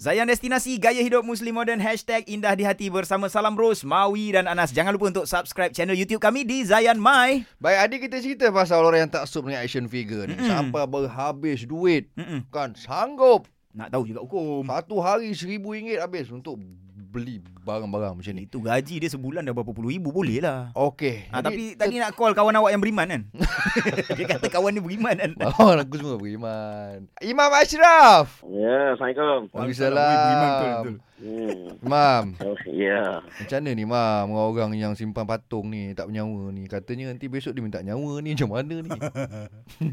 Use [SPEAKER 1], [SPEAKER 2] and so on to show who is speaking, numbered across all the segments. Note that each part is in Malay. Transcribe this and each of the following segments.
[SPEAKER 1] Zayan Destinasi Gaya Hidup Muslim Modern Hashtag Indah di Hati bersama Salam Ros, Mawi dan Anas. Jangan lupa untuk subscribe channel YouTube kami di Zayan My.
[SPEAKER 2] Baik, adik kita cerita pasal orang yang tak sup dengan action figure ni.
[SPEAKER 1] Mm-mm.
[SPEAKER 2] Sampai berhabis duit.
[SPEAKER 1] Mm-mm.
[SPEAKER 2] Kan, sanggup.
[SPEAKER 1] Nak tahu juga hukum.
[SPEAKER 2] Satu hari seribu ringgit habis untuk beli barang-barang macam ni.
[SPEAKER 1] Itu gaji dia sebulan dah berapa puluh ribu boleh lah.
[SPEAKER 2] Okey.
[SPEAKER 1] Ah, tapi
[SPEAKER 2] jadi
[SPEAKER 1] tadi nak call kawan awak yang beriman kan? dia kata kawan dia beriman kan?
[SPEAKER 2] Bawang aku semua beriman. Imam Ashraf.
[SPEAKER 3] Ya, Assalamualaikum.
[SPEAKER 2] Waalaikumsalam.
[SPEAKER 1] Ui, beriman betul, betul.
[SPEAKER 3] Hmm.
[SPEAKER 2] Imam,
[SPEAKER 3] Oh, ya.
[SPEAKER 2] macam mana ni Imam? Orang-orang yang simpan patung ni, tak bernyawa ni. Katanya nanti besok dia minta nyawa ni. Macam mana ni?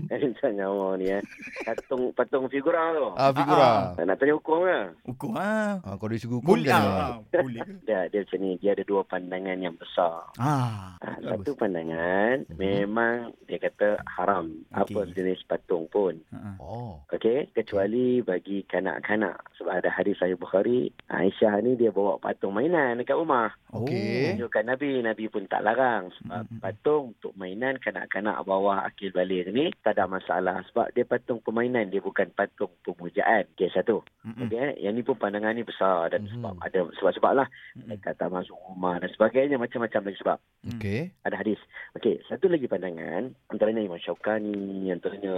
[SPEAKER 3] Macam nyawa ni eh. Patung patung figura tu.
[SPEAKER 2] ah, figura.
[SPEAKER 3] Nak tanya hukum ke?
[SPEAKER 1] Hukum ha.
[SPEAKER 2] Ah, kalau dia suruh hukum
[SPEAKER 1] Boleh.
[SPEAKER 2] kan? Ah.
[SPEAKER 1] Ah, boleh ke?
[SPEAKER 3] Dia, dia macam ni, dia ada dua pandangan yang besar.
[SPEAKER 1] Ah,
[SPEAKER 3] Ha,
[SPEAKER 1] bagus.
[SPEAKER 3] satu pandangan, memang dia kata haram. Apa
[SPEAKER 1] Okey.
[SPEAKER 3] jenis patung pun.
[SPEAKER 1] Ah, ah.
[SPEAKER 2] Oh.
[SPEAKER 3] Okey, kecuali bagi kanak-kanak. Sebab ada hadis Sahih Bukhari, Aisyah ni dia bawa patung mainan dekat rumah.
[SPEAKER 1] Eh? Oh.
[SPEAKER 2] Okey.
[SPEAKER 3] Tunjukkan Nabi, Nabi pun tak larang. Sebab
[SPEAKER 1] Mm-mm.
[SPEAKER 3] patung untuk mainan kanak-kanak bawah akil balik ni tak ada masalah. Sebab dia patung permainan, dia bukan patung pemujaan. Okey, satu.
[SPEAKER 1] Mm-mm.
[SPEAKER 3] Okey, eh? yang ni pun pandangan ni besar dan
[SPEAKER 2] Mhm.
[SPEAKER 3] sebab ada sebab-sebab lah.
[SPEAKER 1] Mm-mm.
[SPEAKER 3] Mereka tak masuk rumah dan sebagainya. Macam-macam lagi sebab.
[SPEAKER 2] Okey.
[SPEAKER 3] Ada hadis. Okey, satu lagi pandangan. Antaranya Imam Syaukani, antaranya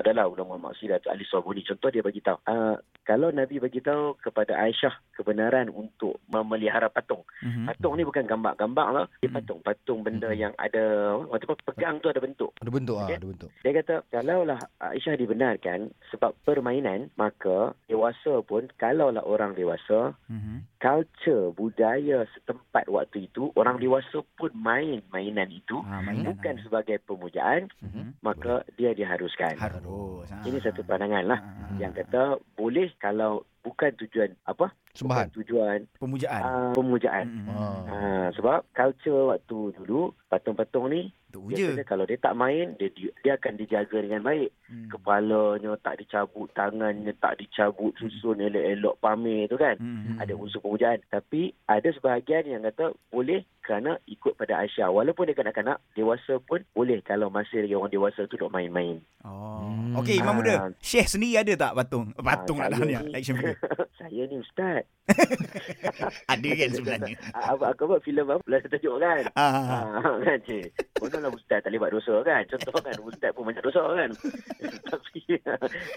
[SPEAKER 3] adalah ulama maksidat Ali Sobuni. Contoh dia bagi tahu. Uh, kalau Nabi bagi tahu kepada Aisyah kebenaran untuk memelihara patung.
[SPEAKER 1] Mhm.
[SPEAKER 3] Patung ni bukan gambar-gambar lah. Dia
[SPEAKER 1] Mm.
[SPEAKER 3] patung-patung benda yang ada, waktu apa, pegang tu ada bentuk.
[SPEAKER 2] Ada bentuk ah,
[SPEAKER 3] Okey.
[SPEAKER 2] ada bentuk.
[SPEAKER 3] Dia kata, kalaulah Aisyah dibenarkan sebab permainan, maka dewasa pun, kalaulah orang dewasa,
[SPEAKER 1] Mhm.
[SPEAKER 3] culture, budaya setempat waktu itu, orang dewasa pun main mainan itu.
[SPEAKER 1] Ah, mainan.
[SPEAKER 3] Bukan
[SPEAKER 1] ah.
[SPEAKER 3] sebagai pemujaan,
[SPEAKER 1] Mhm.
[SPEAKER 3] maka dia diharuskan.
[SPEAKER 1] Harus. ah.
[SPEAKER 3] Ini satu pandangan lah.
[SPEAKER 1] Ah.
[SPEAKER 3] Yang kata, boleh kalau bukan tujuan apa?
[SPEAKER 2] Sembahan.
[SPEAKER 3] Bukan tujuan
[SPEAKER 1] pemujaan.
[SPEAKER 3] uh, pemujaan.
[SPEAKER 1] Mm-mm.
[SPEAKER 2] Ah.
[SPEAKER 3] Ha, sebab culture waktu dulu patung-patung ni
[SPEAKER 1] Untuk uja.
[SPEAKER 3] biasanya kalau dia tak main dia di- dia akan dijaga dengan baik.
[SPEAKER 1] Mm.
[SPEAKER 3] Kepalanya tak dicabut, tangannya tak dicabut, susun elok-elok pamer tu kan.
[SPEAKER 1] Mm-mm.
[SPEAKER 3] Ada unsur pemujaan. Tapi ada sebahagian yang kata boleh kerana ikut pada Aisyah. Walaupun dia kanak-kanak, dewasa pun boleh kalau masih lagi orang dewasa tu duk main-main.
[SPEAKER 1] Oh.
[SPEAKER 2] Hmm.
[SPEAKER 1] Okey, Imam
[SPEAKER 3] Ah.
[SPEAKER 1] Muda. Syekh sendiri ada tak patung? Eh, Patung
[SPEAKER 3] Ah,
[SPEAKER 1] lah ni.
[SPEAKER 3] saya ni-
[SPEAKER 1] Action figure.
[SPEAKER 3] Saya ni ustaz.
[SPEAKER 1] Ada kan sebenarnya.
[SPEAKER 3] Ah, Aku, aku buat filem apa lah saya tajuk kan.
[SPEAKER 1] Ah.
[SPEAKER 3] Ha, kan cik. Kononlah ustaz tak boleh buat dosa kan. Contoh kan ustaz pun banyak dosa kan. tapi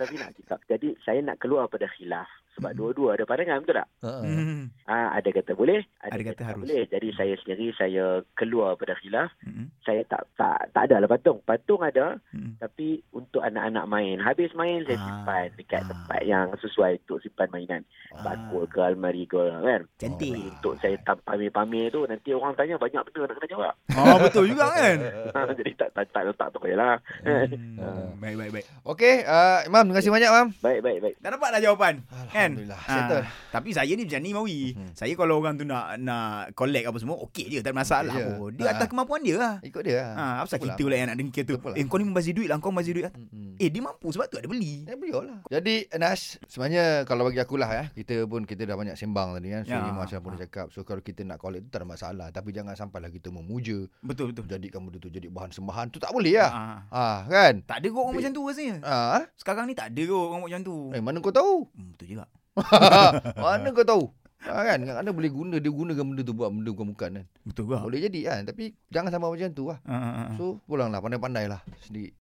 [SPEAKER 3] tapi nak cakap. Jadi saya nak keluar pada khilaf. Sebab
[SPEAKER 1] Mm.
[SPEAKER 3] dua-dua ada pandangan betul tak?
[SPEAKER 2] Ha. ah.
[SPEAKER 1] Mm.
[SPEAKER 3] Ha, ada kata boleh, ada,
[SPEAKER 1] Ada kata
[SPEAKER 3] tak
[SPEAKER 1] harus.
[SPEAKER 3] boleh. Jadi saya sendiri saya keluar pada khilaf.
[SPEAKER 1] Mm-mm.
[SPEAKER 3] Saya tak tak tak ada lah patung. Patung ada
[SPEAKER 1] Mm-mm.
[SPEAKER 3] tapi untuk anak-anak main. Habis main saya
[SPEAKER 1] Ah.
[SPEAKER 3] simpan dekat
[SPEAKER 1] Ah.
[SPEAKER 3] tempat yang sesuai untuk simpan mainan.
[SPEAKER 1] Ah.
[SPEAKER 3] Bakul ke almari ke kan.
[SPEAKER 1] Cantik.
[SPEAKER 3] Untuk saya tam- pamer-pamer tu nanti orang tanya banyak benda nak kena jawab.
[SPEAKER 1] Oh, betul juga kan?
[SPEAKER 3] Ha, jadi tak tak tak tak tak payahlah.
[SPEAKER 2] Ah.
[SPEAKER 1] Hmm. Baik, baik, baik.
[SPEAKER 2] Eh. Okey, ah, Imam, terima kasih banyak, Imam.
[SPEAKER 3] Baik baik baik.
[SPEAKER 1] Dah dapat dah jawapan. Kan?
[SPEAKER 2] Alhamdulillah. Settle.
[SPEAKER 1] Ah, tapi saya ni macam ni Mawi.
[SPEAKER 2] Mhm.
[SPEAKER 1] Saya kalau orang tu nak nak collect apa semua, okey je, tak ada masalah
[SPEAKER 2] Okey je.
[SPEAKER 1] pun. Dia
[SPEAKER 2] Ah.
[SPEAKER 1] atas kemampuan dia lah.
[SPEAKER 2] Ikut dia lah.
[SPEAKER 1] Ha, apa pasal
[SPEAKER 2] Betul
[SPEAKER 1] kita pula yang nak dengki tu?
[SPEAKER 2] Betul pula.
[SPEAKER 1] Eh, kau ni membazir duit lah, kau membazir duit lah.
[SPEAKER 2] Mm-mm.
[SPEAKER 1] Eh, dia mampu sebab tu ada beli.
[SPEAKER 2] Eh, beliau lah. Jadi Anas Sebenarnya kalau bagi akulah ya Kita pun kita dah banyak sembang tadi kan So
[SPEAKER 1] Ya.
[SPEAKER 2] ya. Imam Ashraf pun dah cakap So kalau kita nak collect tu tak ada masalah Tapi jangan sampailah kita memuja
[SPEAKER 1] Betul, betul.
[SPEAKER 2] Jadikan benda tu jadi bahan sembahan Tu tak boleh lah
[SPEAKER 1] Ah.
[SPEAKER 2] Ah kan
[SPEAKER 1] Tak ada kot orang macam tu rasanya.
[SPEAKER 2] Ah,
[SPEAKER 1] Sekarang ni tak ada kot orang macam tu.
[SPEAKER 2] eh, mana kau tahu?
[SPEAKER 1] Hmm, betul juga.
[SPEAKER 2] mana kau tahu? Ah, kan kadang-kadang boleh guna dia gunakan benda tu buat benda bukan-bukan kan.
[SPEAKER 1] Betul juga.
[SPEAKER 2] Boleh jadi kan tapi jangan sama macam tu lah.
[SPEAKER 1] Ha, ha, ha.
[SPEAKER 2] So pulanglah pandai-pandailah sendiri.